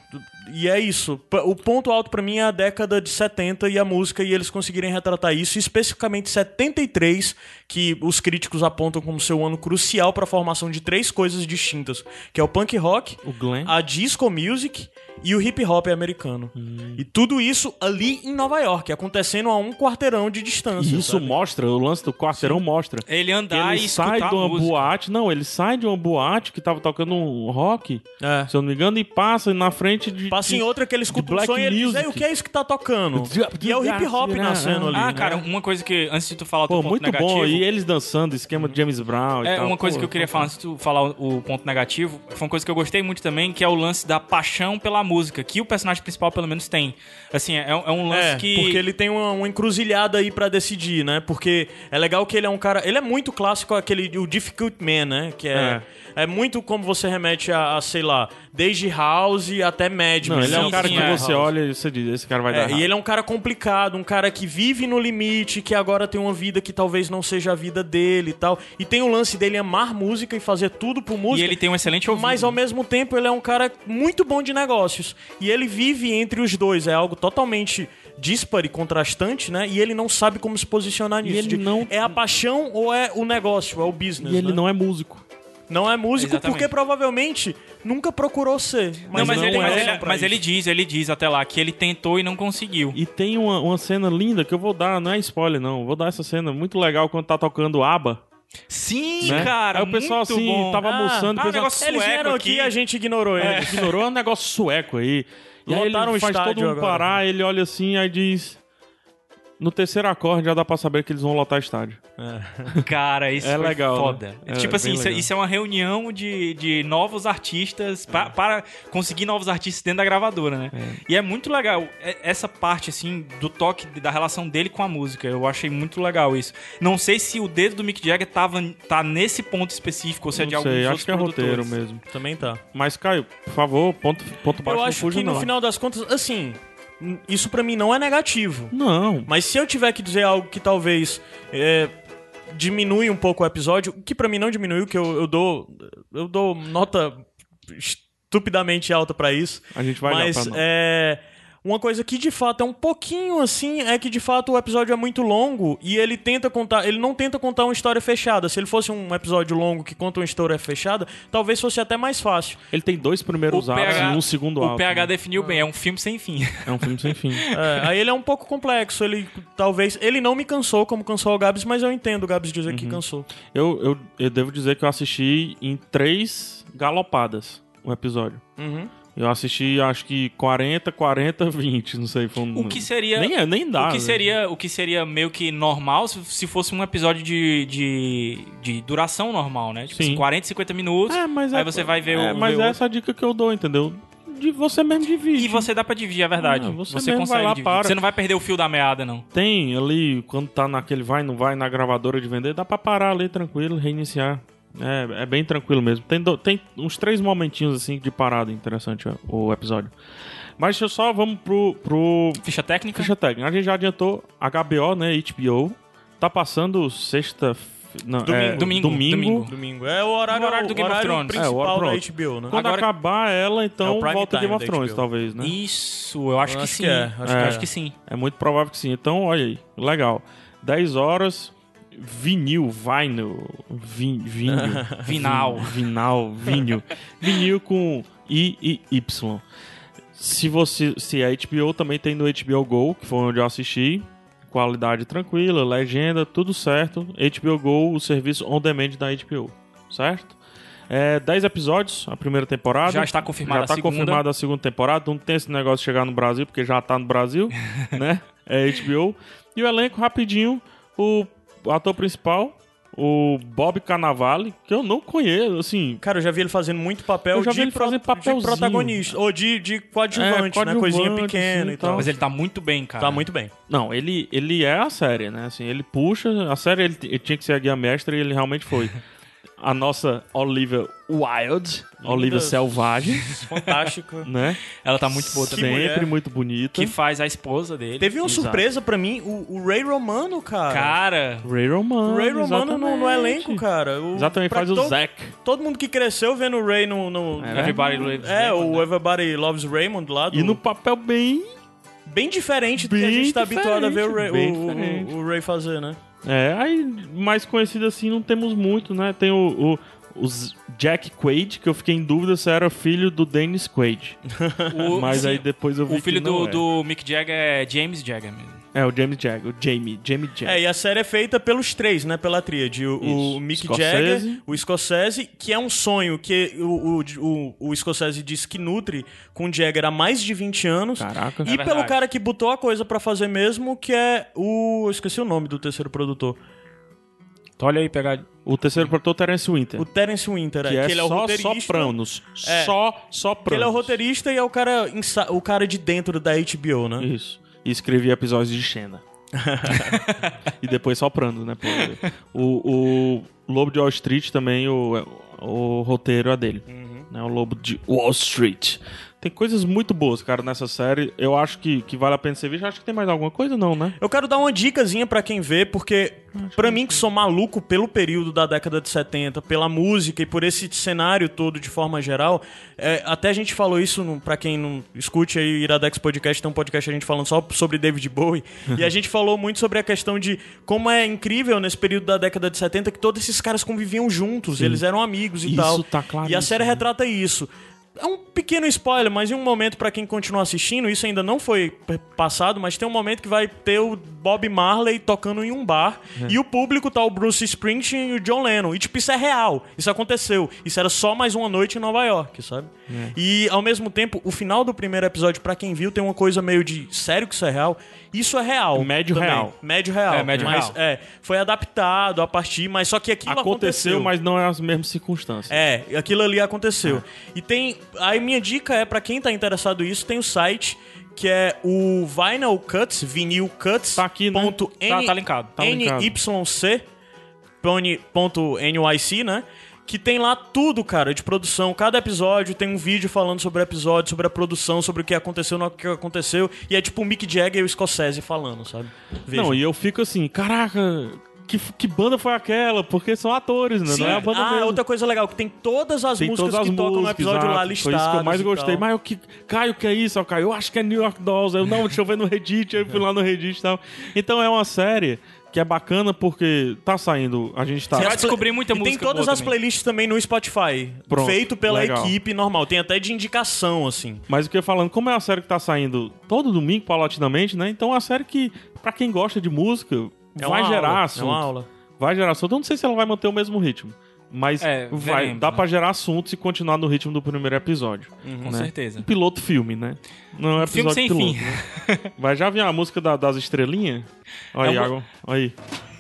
Speaker 4: E é isso. P- O ponto alto pra mim é a década de 70 e a música, e eles conseguirem retratar isso, especificamente 73, que os críticos apontam como seu ano crucial pra formação de três coisas distintas, que é o punk rock,
Speaker 2: O Glenn.
Speaker 1: Ah,
Speaker 4: a disco music e o hip hop americano.
Speaker 2: Hum.
Speaker 4: E tudo isso ali em Nova York, acontecendo a um quarteirão de distância.
Speaker 2: E isso
Speaker 4: sabe?
Speaker 2: mostra, o lance do quarteirão mostra.
Speaker 1: Ele andar
Speaker 2: ele
Speaker 1: e
Speaker 2: sai
Speaker 1: escutar
Speaker 2: de uma
Speaker 1: a música.
Speaker 2: boate, não, ele sai de uma boate que tava tocando um rock,
Speaker 4: É.
Speaker 2: se eu não me engano, e passa na frente de.
Speaker 4: Passa em
Speaker 2: de-
Speaker 4: outra que ele escuta um
Speaker 2: Black
Speaker 4: sonho e ele diz,
Speaker 2: Music. "Ah,
Speaker 4: "Ei, o que é isso que tá tocando? E é o hip hop nascendo ali.
Speaker 1: Ah,
Speaker 4: né?
Speaker 1: cara, uma coisa que antes de tu falar o teu
Speaker 2: Pô,
Speaker 1: ponto
Speaker 2: muito
Speaker 1: negativo,
Speaker 2: bom. E eles dançando, esquema de James Brown e
Speaker 1: É,
Speaker 2: tal.
Speaker 1: uma coisa
Speaker 2: Pô,
Speaker 1: que eu queria falar antes de tu falar o, o ponto negativo, foi uma coisa que eu gostei muito também, que é o lance da paixão pela música, que o personagem principal pelo menos tem. Assim, é, é um lance
Speaker 4: É,
Speaker 1: que...
Speaker 4: porque ele tem uma, uma encruzilhada aí pra decidir, né? Porque é legal que ele é um cara. Ele é muito clássico, aquele. O Difficult Man, né? Que é. É, muito como você remete a, a, sei lá, desde House até Mad
Speaker 2: Não,
Speaker 4: Men,
Speaker 2: ele é
Speaker 4: né?
Speaker 2: um cara
Speaker 1: sim,
Speaker 2: que
Speaker 1: é.
Speaker 2: você olha e você diz, esse cara vai dar.
Speaker 4: É, e ele é um cara complicado, um cara que vive no limite, que agora tem uma vida que talvez não seja a vida dele e tal. E tem o lance dele amar música e fazer tudo por música.
Speaker 1: E ele tem um excelente ouvido.
Speaker 4: Mas ao mesmo tempo ele é um cara muito bom de negócios. E ele vive entre os dois. É algo totalmente dispare, contrastante, né? E ele não sabe como se posicionar nisso.
Speaker 2: ele
Speaker 4: de-
Speaker 2: não-
Speaker 4: É a paixão ou é o negócio, é o business.
Speaker 2: E ele
Speaker 4: né?
Speaker 2: não é músico.
Speaker 4: Não é músico
Speaker 1: Exatamente.
Speaker 4: porque provavelmente nunca procurou ser.
Speaker 1: Não, mas, ele,
Speaker 4: tem
Speaker 1: mas
Speaker 4: razão
Speaker 1: ele-
Speaker 4: é pra
Speaker 1: mas ele
Speaker 4: isso.
Speaker 1: diz, ele diz até lá, que ele tentou e não conseguiu.
Speaker 2: E tem uma, uma cena linda que eu vou dar, não é spoiler, não. Vou dar essa cena muito legal quando tá tocando aba.
Speaker 1: Sim,
Speaker 2: né?
Speaker 1: cara,
Speaker 2: Aí o pessoal
Speaker 1: muito
Speaker 2: assim,
Speaker 1: bom.
Speaker 2: tava
Speaker 1: Ah,
Speaker 2: almoçando,
Speaker 1: ah,
Speaker 2: depois
Speaker 1: o negócio
Speaker 4: Eles
Speaker 1: sueco
Speaker 4: vieram aqui
Speaker 1: aqui.
Speaker 4: e a gente ignorou ele.
Speaker 2: Ele ignorou, é um negócio sueco aí. E aí ele
Speaker 4: Lotaram o
Speaker 2: faz todo
Speaker 4: estádio
Speaker 2: mundo
Speaker 4: agora.
Speaker 2: parar, ele olha assim, aí diz. No terceiro acorde já dá pra saber que eles vão lotar estádio.
Speaker 1: Cara, isso
Speaker 2: É
Speaker 1: foi
Speaker 2: legal, né?
Speaker 1: foda.
Speaker 2: É,
Speaker 1: tipo assim,
Speaker 2: bem
Speaker 1: isso, é-
Speaker 2: legal.
Speaker 1: isso é uma reunião de, de novos artistas
Speaker 2: É.
Speaker 1: pra- para conseguir novos artistas dentro da gravadora, né? E é muito legal é- essa parte, assim, do toque, da relação dele com a música. Eu achei muito legal isso. Não sei se o dedo do Mick Jagger tava, tá nesse ponto específico ou se é de
Speaker 2: não
Speaker 1: alguns
Speaker 2: sei,
Speaker 1: outros
Speaker 2: acho que é roteiro
Speaker 1: produtores.
Speaker 2: mesmo.
Speaker 4: Também tá.
Speaker 2: Mas, Caio, por favor, ponto, ponto baixo
Speaker 4: Eu
Speaker 2: não
Speaker 4: acho
Speaker 2: fuja,
Speaker 4: que no
Speaker 2: não.
Speaker 4: final das contas, assim, n- isso pra mim não é negativo.
Speaker 2: Não.
Speaker 4: Mas se eu tiver que dizer algo que talvez é, diminui um pouco o episódio, o que pra mim não diminuiu, que eu, eu dou eu dou nota estupidamente alta pra isso.
Speaker 2: A gente vai
Speaker 4: mas
Speaker 2: dar pra nota.
Speaker 4: é uma coisa que de fato é um pouquinho assim é que de fato o episódio é muito longo e ele tenta contar, ele não tenta contar uma história fechada. Se ele fosse um episódio longo que conta uma história fechada, talvez fosse até mais fácil.
Speaker 2: Ele tem dois primeiros atos e um segundo
Speaker 1: o
Speaker 2: ato.
Speaker 1: PH
Speaker 2: né?
Speaker 1: definiu bem, é um filme sem fim.
Speaker 2: É um filme sem fim.
Speaker 4: É, aí ele é um pouco complexo, ele talvez ele não me cansou como cansou o Gabs, mas eu entendo o Gabs dizer
Speaker 2: Uhum.
Speaker 4: que cansou.
Speaker 2: Eu, eu, eu devo dizer que eu assisti em três galopadas o episódio.
Speaker 4: Uhum.
Speaker 2: Eu assisti, acho que 40, 40, 20, não sei. Foi um...
Speaker 1: O que seria.
Speaker 2: Nem, é- nem dá.
Speaker 1: o que
Speaker 2: né?
Speaker 1: seria o que seria meio que normal se, se fosse um episódio de, de, de duração normal, né? Tipo,
Speaker 2: Sim.
Speaker 1: 40, 50 minutos.
Speaker 2: É, mas é-
Speaker 1: aí você vai ver
Speaker 2: é,
Speaker 1: o.
Speaker 2: Mas
Speaker 1: ver
Speaker 2: é
Speaker 1: o-
Speaker 2: essa a dica que eu dou, entendeu? De você mesmo divide.
Speaker 1: E você dá pra dividir, é verdade.
Speaker 2: Ah, você
Speaker 1: você
Speaker 2: mesmo
Speaker 1: consegue
Speaker 2: vai lá,
Speaker 1: dividir.
Speaker 2: para.
Speaker 1: Você não vai perder o fio da meada, não.
Speaker 2: Tem ali, quando tá naquele vai, não vai, na gravadora de vender, dá pra parar ali tranquilo, reiniciar. É, é bem tranquilo mesmo. Tem, do- tem uns três momentinhos assim de parada interessante ó, o episódio. Mas deixa eu só, vamos pro, pro
Speaker 1: Ficha técnica?
Speaker 2: Ficha técnica. A gente já adiantou HBO, né? HBO. Tá passando sexta. Não, é,
Speaker 1: Domingo,
Speaker 2: domingo.
Speaker 1: domingo.
Speaker 4: Domingo. É o horário,
Speaker 1: O horário do Game of
Speaker 4: horário
Speaker 1: Thrones.
Speaker 2: É, o
Speaker 4: principal
Speaker 2: horário-
Speaker 4: da HBO, né?
Speaker 2: Quando
Speaker 1: Agora-
Speaker 2: acabar ela,
Speaker 4: É
Speaker 2: então
Speaker 4: o prime
Speaker 2: volta
Speaker 4: time
Speaker 2: Game of
Speaker 4: da
Speaker 2: Thrones,
Speaker 4: HBO.
Speaker 2: talvez, né?
Speaker 1: Isso, eu acho
Speaker 4: Eu
Speaker 1: que
Speaker 4: acho
Speaker 1: sim.
Speaker 4: que é, acho
Speaker 1: Eu
Speaker 4: que
Speaker 1: acho
Speaker 4: é.
Speaker 1: que sim.
Speaker 2: É muito provável que sim. Então, olha aí. Legal. 10 horas. Vinil, vinyl, vin, vinho,
Speaker 1: Vinal.
Speaker 2: vinal, vinil, vinil com I e Y. Se você, se é HBO, também tem no HBO Go, que foi onde eu assisti. Qualidade tranquila, legenda, tudo certo. HBO Go, o serviço on demand da HBO, certo? É, 10 episódios, a primeira temporada.
Speaker 1: Já está confirmada
Speaker 2: Já tá então. está
Speaker 1: a segunda.
Speaker 2: confirmada a segunda temporada. Não tem esse negócio de chegar no Brasil, porque já tá no Brasil, né? É HBO. E o elenco, rapidinho, o ator principal, o Bob Cannavale, que eu não conheço, assim...
Speaker 4: Cara, eu já vi ele fazendo muito papel
Speaker 2: Eu já
Speaker 4: de,
Speaker 2: vi ele fazer
Speaker 4: de
Speaker 2: papelzinho.
Speaker 4: protagonista. Ou de, de
Speaker 2: É,
Speaker 4: coadjuvante, né?
Speaker 2: coadjuvante,
Speaker 4: Coisinha pequena
Speaker 2: assim,
Speaker 4: e tal.
Speaker 1: Mas ele tá muito bem, cara.
Speaker 4: Tá muito bem.
Speaker 2: Não, ele, ele é a série, né? Assim, ele puxa... A série, ele, t- ele tinha que ser a guia mestra e ele realmente foi. A nossa Olivia Wilde, Olivia
Speaker 4: Linda.
Speaker 2: Selvagem,
Speaker 4: Fantástico.
Speaker 2: né?
Speaker 1: Ela tá muito boa também.
Speaker 2: Sempre
Speaker 4: mulher.
Speaker 2: muito bonita.
Speaker 1: Que faz a esposa dele.
Speaker 4: Teve uma
Speaker 2: Exato.
Speaker 4: surpresa pra mim, o, o Ray Romano, cara.
Speaker 1: Cara,
Speaker 2: Ray Romano,
Speaker 4: o Ray Romano no, no elenco, cara. O,
Speaker 2: Exatamente,
Speaker 4: pra
Speaker 2: faz o
Speaker 4: to-
Speaker 2: Zack.
Speaker 4: Todo mundo que cresceu vendo o Ray no... no
Speaker 2: É, né?
Speaker 1: Everybody Loves
Speaker 4: É,
Speaker 1: Raymond,
Speaker 4: o Everybody Loves Raymond lá. Do,
Speaker 2: E no papel bem...
Speaker 4: Bem diferente do que a
Speaker 2: Bem
Speaker 4: gente tá habituado a ver o Ray,
Speaker 2: diferente, bem
Speaker 4: o- o-
Speaker 2: diferente.
Speaker 4: o Ray fazer, né?
Speaker 2: É, aí mais conhecido assim não temos muito, né? Tem o, o, o Z- Jack Quaid, que eu fiquei em dúvida se era filho do Dennis Quaid.
Speaker 1: O-
Speaker 2: Mas
Speaker 1: sim,
Speaker 2: aí depois eu vi
Speaker 1: O filho
Speaker 2: que não
Speaker 1: do,
Speaker 2: é.
Speaker 1: do Mick Jagger é James Jagger mesmo.
Speaker 2: É, o James Jagger, o Jamie, Jamie
Speaker 4: É,
Speaker 2: Jagger.
Speaker 4: e a série é feita pelos três, né? Pela tríade. O,
Speaker 2: Isso.
Speaker 4: o Mick
Speaker 2: Scorsese.
Speaker 4: Jagger, o Scorsese, que é um sonho que o, o, o, o Scorsese diz que nutre com o Jagger há mais de 20 anos.
Speaker 2: Caraca.
Speaker 4: E
Speaker 1: É verdade.
Speaker 4: pelo cara que botou a coisa pra fazer mesmo, que é o... eu Esqueci o nome do terceiro produtor.
Speaker 2: Então
Speaker 1: Olha aí, pegar.
Speaker 2: O terceiro produtor é Terence Winter,
Speaker 4: O Terence Winter,
Speaker 2: que é,
Speaker 4: que ele é o
Speaker 2: só
Speaker 4: roteirista.
Speaker 2: sopranos.
Speaker 4: É.
Speaker 2: Só
Speaker 4: que
Speaker 2: sopranos.
Speaker 4: ele é o roteirista e é o cara, insa- o cara de dentro da HBO, né?
Speaker 2: Isso. E escrevi episódios de Xena. e depois soprando, né? pô? O, o Lobo de Wall Street também, o, o roteiro é dele.
Speaker 4: Uhum.
Speaker 2: Né? O Lobo de Wall Street. Tem coisas muito boas, cara, nessa série. Eu acho que, que vale a pena ser visto. Acho que tem mais alguma coisa, não, né?
Speaker 4: Eu quero dar uma dicasinha pra quem vê, porque pra mim que sou maluco pelo período da década de 70, pela música e por esse cenário todo de forma geral, é, até a gente falou isso no- pra quem não escute aí o Iradex Podcast, tem um podcast a gente falando só sobre David Bowie, e a gente falou muito sobre a questão de como é incrível nesse período da década de 70 que todos esses caras conviviam juntos, eles eram amigos e
Speaker 2: Isso
Speaker 4: tal.
Speaker 2: tá claríssimo.
Speaker 4: E a série retrata isso. É um pequeno spoiler, mas em um momento pra quem continua assistindo, isso ainda não foi p- passado, mas tem um momento que vai ter o Bob Marley tocando em um bar e o público tá o Bruce Springsteen e o John Lennon. E tipo, isso é real, isso aconteceu. Isso era só mais uma noite em Nova York, sabe? E ao mesmo tempo, o final do primeiro episódio, pra quem viu, tem uma coisa meio de sério que isso é real. Isso é real.
Speaker 2: Médio
Speaker 4: também.
Speaker 2: real.
Speaker 4: Médio real.
Speaker 1: É, médio
Speaker 4: mas,
Speaker 1: real.
Speaker 4: É, foi adaptado a partir, mas só que aquilo
Speaker 2: Aconteceu, mas não é as mesmas circunstâncias.
Speaker 4: é, aquilo ali
Speaker 2: É.
Speaker 4: aconteceu. E tem. Aí minha dica é, pra quem tá interessado nisso, tem o site que é o Vinyl Cuts, vinil cuts.
Speaker 2: Tá aqui, né?
Speaker 4: ponto N-
Speaker 1: Tá- tá linkado,
Speaker 2: tá linkado.
Speaker 4: NYC, pone- ponto NYC, né? que tem lá tudo, cara, de produção. Cada episódio tem um vídeo falando sobre o episódio, sobre a produção, sobre o que aconteceu, no que aconteceu. E é tipo o Mick Jagger e o Scorsese falando, sabe? Veja.
Speaker 2: Não, e eu fico assim, caraca, que, que banda foi aquela? Porque são atores, né?
Speaker 4: Sim.
Speaker 2: Não é a banda
Speaker 4: ah,
Speaker 2: mesmo.
Speaker 4: outra coisa legal, que tem todas as
Speaker 2: Tem
Speaker 4: músicas
Speaker 2: todas as
Speaker 4: que tocam no
Speaker 2: músicas,
Speaker 4: episódio lá
Speaker 2: exato. Foi
Speaker 4: listadas.
Speaker 2: isso que eu mais
Speaker 4: e
Speaker 2: gostei.
Speaker 4: tal.
Speaker 2: Mas o que. Caio, o que é isso? Aí o Caio, eu acho que é New York Dolls. Eu, não, deixa eu ver no Reddit. Aí eu fui lá no Reddit e tal. Então é uma série que é bacana porque tá saindo. A gente tá.
Speaker 1: Você vai
Speaker 4: As play-
Speaker 1: descobrir muita
Speaker 4: e
Speaker 1: música
Speaker 4: Tem todas
Speaker 1: boa
Speaker 4: as
Speaker 1: também.
Speaker 4: playlists também no Spotify.
Speaker 2: Pronto,
Speaker 4: feito pela
Speaker 2: legal.
Speaker 4: equipe normal. Tem até de indicação, assim.
Speaker 2: Mas o que eu ia falando, como é uma série que tá saindo todo domingo, paulatinamente, né? Então é uma série que, pra quem gosta de música,
Speaker 4: É
Speaker 2: vai
Speaker 4: uma
Speaker 2: gerar
Speaker 4: aula,
Speaker 2: assunto.
Speaker 4: É uma aula.
Speaker 2: Vai gerar assunto. Eu não sei se ela vai manter o mesmo ritmo. Mas
Speaker 1: É,
Speaker 2: vai,
Speaker 1: veremos,
Speaker 2: dá
Speaker 1: né?
Speaker 2: pra gerar assuntos e continuar no ritmo do primeiro episódio.
Speaker 4: Uhum,
Speaker 1: Com
Speaker 2: né?
Speaker 1: certeza.
Speaker 2: Um piloto filme, né? Não é um
Speaker 1: Filme
Speaker 2: episódio
Speaker 1: sem
Speaker 2: piloto.
Speaker 1: fim.
Speaker 2: né? Vai já vir a música da- das estrelinhas? Olha aí,
Speaker 1: É a mu-
Speaker 2: Iago. Olha aí.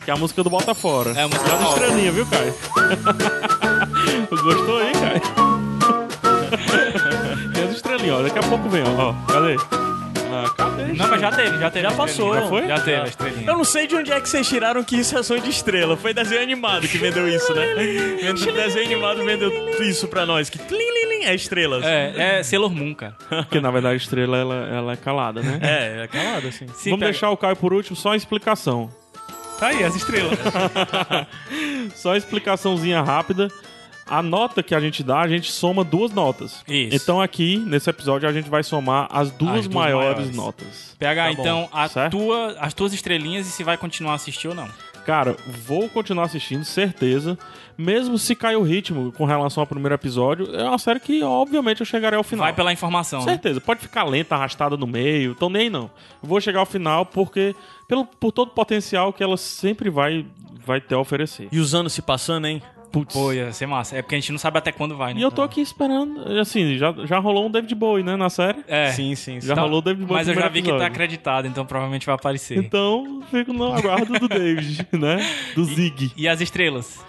Speaker 2: Que é a música do Bota Fora.
Speaker 1: É a música
Speaker 2: das
Speaker 1: nova.
Speaker 2: estrelinhas, viu, Caio? Gostou aí, Caio? Tem as estrelinhas, ó. Daqui a pouco vem, ó. ó. Cadê? Ah, cadê?
Speaker 1: Não, mas já teve, já teve.
Speaker 4: Já
Speaker 1: a
Speaker 4: passou.
Speaker 1: estrelinha.
Speaker 2: Já foi?
Speaker 1: um Já Então, teve a estrelinha.
Speaker 4: Eu não sei de onde é que vocês tiraram que isso é som de estrela. Foi desenho animado que vendeu isso, né? Vende- desenho animado vendeu isso pra nós. Que tlim, lim, lim, é estrelas.
Speaker 1: É, é Sailor Moon, cara.
Speaker 2: Porque, na verdade, a estrela, ela, ela é calada, né?
Speaker 4: É, é calado, assim.
Speaker 1: Se
Speaker 2: Vamos
Speaker 1: pega-
Speaker 2: deixar o Caio por último, só uma explicação.
Speaker 1: Tá aí, as estrelas.
Speaker 2: Só uma explicaçãozinha rápida. A nota que a gente dá, a gente soma duas notas.
Speaker 1: Isso.
Speaker 2: Então aqui, nesse episódio, a gente vai somar as duas,
Speaker 1: duas
Speaker 2: maiores,
Speaker 1: maiores.
Speaker 2: notas.
Speaker 1: PH,
Speaker 4: Tá bom,
Speaker 1: então, a
Speaker 2: certo?
Speaker 1: tua, as tuas estrelinhas e se vai continuar a assistir ou não.
Speaker 2: Cara, vou continuar assistindo, certeza. Mesmo se cair o ritmo com relação ao primeiro episódio, é uma série que, obviamente, eu chegarei ao final.
Speaker 1: Vai pela informação, né?
Speaker 2: Certeza. Pode ficar lenta, arrastada no meio, então nem aí, não. Eu Vou chegar ao final porque... Pelo, por todo o potencial que ela sempre vai, vai ter a oferecer.
Speaker 4: E os anos se passando, hein?
Speaker 2: Putz.
Speaker 1: Pô, ia ser massa. É porque a gente não sabe até quando vai, né?
Speaker 2: E eu tô aqui esperando, assim, já, já rolou um David Bowie, né, na série.
Speaker 1: É.
Speaker 4: Sim, sim, sim.
Speaker 2: Já
Speaker 1: Tá-
Speaker 2: rolou o David Bowie
Speaker 1: Mas
Speaker 2: no
Speaker 1: eu já
Speaker 2: primeiro
Speaker 1: vi que tá
Speaker 2: episódio.
Speaker 1: acreditado, então provavelmente vai aparecer.
Speaker 2: Então, fico no aguardo do David, né? Do Zig.
Speaker 1: E as estrelas?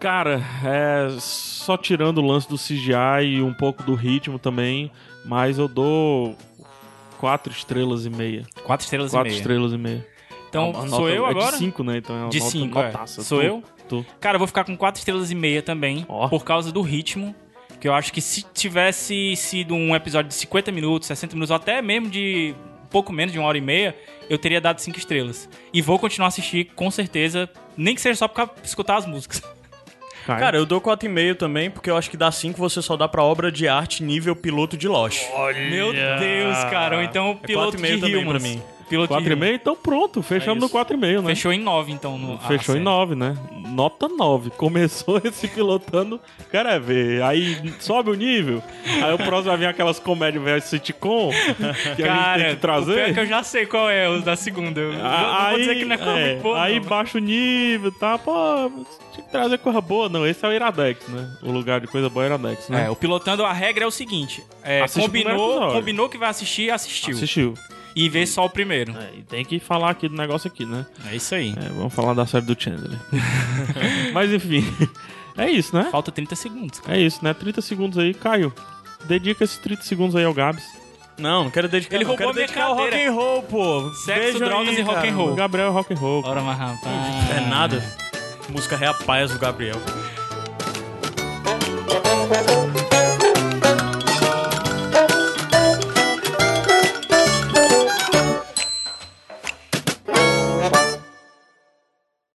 Speaker 2: Cara, é só tirando o lance do CGI e um pouco do ritmo também, mas eu dou quatro estrelas e meia.
Speaker 1: Quatro estrelas
Speaker 2: Quatro
Speaker 1: e meia.
Speaker 2: estrelas e meia.
Speaker 1: Então, sou
Speaker 2: A nota
Speaker 1: eu
Speaker 2: é
Speaker 1: agora?
Speaker 2: De cinco, né? Então é uma
Speaker 1: De
Speaker 2: nota,
Speaker 1: cinco, é.
Speaker 2: notaça.
Speaker 1: Sou
Speaker 2: Tu-
Speaker 1: eu?
Speaker 2: tu.
Speaker 1: Cara, eu vou ficar com quatro estrelas e meia também,
Speaker 2: Ó.
Speaker 1: por causa do ritmo. Que eu acho que se tivesse sido um episódio de 50 minutos, 60 minutos, ou até mesmo de pouco menos de uma hora e meia, eu teria dado cinco estrelas. E vou continuar a assistir, com certeza, nem que seja só pra escutar as músicas.
Speaker 2: Cara,
Speaker 4: Cara, eu dou 4,5 também, porque eu acho que dá 5 você só dá pra obra de arte nível piloto de Lost.
Speaker 1: Meu Deus, cara. Ou Então,
Speaker 2: É
Speaker 1: piloto
Speaker 4: quatro e
Speaker 1: de
Speaker 4: meio também
Speaker 1: Humans.
Speaker 4: pra mim.
Speaker 1: Piloto
Speaker 2: quatro
Speaker 1: de
Speaker 2: e meio, então pronto. Fechamos no quatro e meio, né?
Speaker 1: É Fechou em nove, então. No, a
Speaker 2: Fechou em
Speaker 1: série.
Speaker 2: 9, né? Nota 9. Começou esse pilotando, cara é ver. Aí sobe o nível. Aí o próximo vai vir aquelas comédias velhas sitcom que a
Speaker 1: Cara,
Speaker 2: gente tem que
Speaker 1: o pior é
Speaker 2: trazer.
Speaker 1: que eu já sei qual é os da segunda. Eu não
Speaker 2: aí,
Speaker 1: vou dizer que não é comic
Speaker 2: é,
Speaker 1: boa, não,
Speaker 2: aí
Speaker 1: mas-
Speaker 2: baixa o nível, tá? Pô, tinha que trazer coisa boa. Não, esse é o Iradex, né? O lugar de coisa boa é o Iradex, né?
Speaker 1: É, o pilotando, a regra é o seguinte: é,
Speaker 2: Assiste o primeiro
Speaker 1: combinou,
Speaker 2: episódio.
Speaker 1: combinou que vai assistir, assistiu.
Speaker 2: Assistiu.
Speaker 1: E vê só o primeiro.
Speaker 2: É, e tem que falar aqui do negócio aqui, né?
Speaker 1: É isso aí.
Speaker 2: É, vamos falar da série do Chandler. Mas enfim, é isso, né?
Speaker 1: Falta 30 segundos. cara.
Speaker 2: É isso, né? 30 segundos aí, Caio. Dedica esses 30 segundos aí ao Gabs.
Speaker 4: Não, não quero dedicar.
Speaker 1: Ele
Speaker 4: não, quero
Speaker 1: roubou minha
Speaker 4: dedicar ao rock
Speaker 1: cadeira.
Speaker 4: and roll, pô.
Speaker 1: Sexo,
Speaker 4: Beijo aí,
Speaker 1: drogas e
Speaker 4: cara.
Speaker 1: rock and roll.
Speaker 2: O Gabriel é rock and roll.
Speaker 1: Ora, mas rapaz.
Speaker 4: É nada. Música reapaz do Gabriel.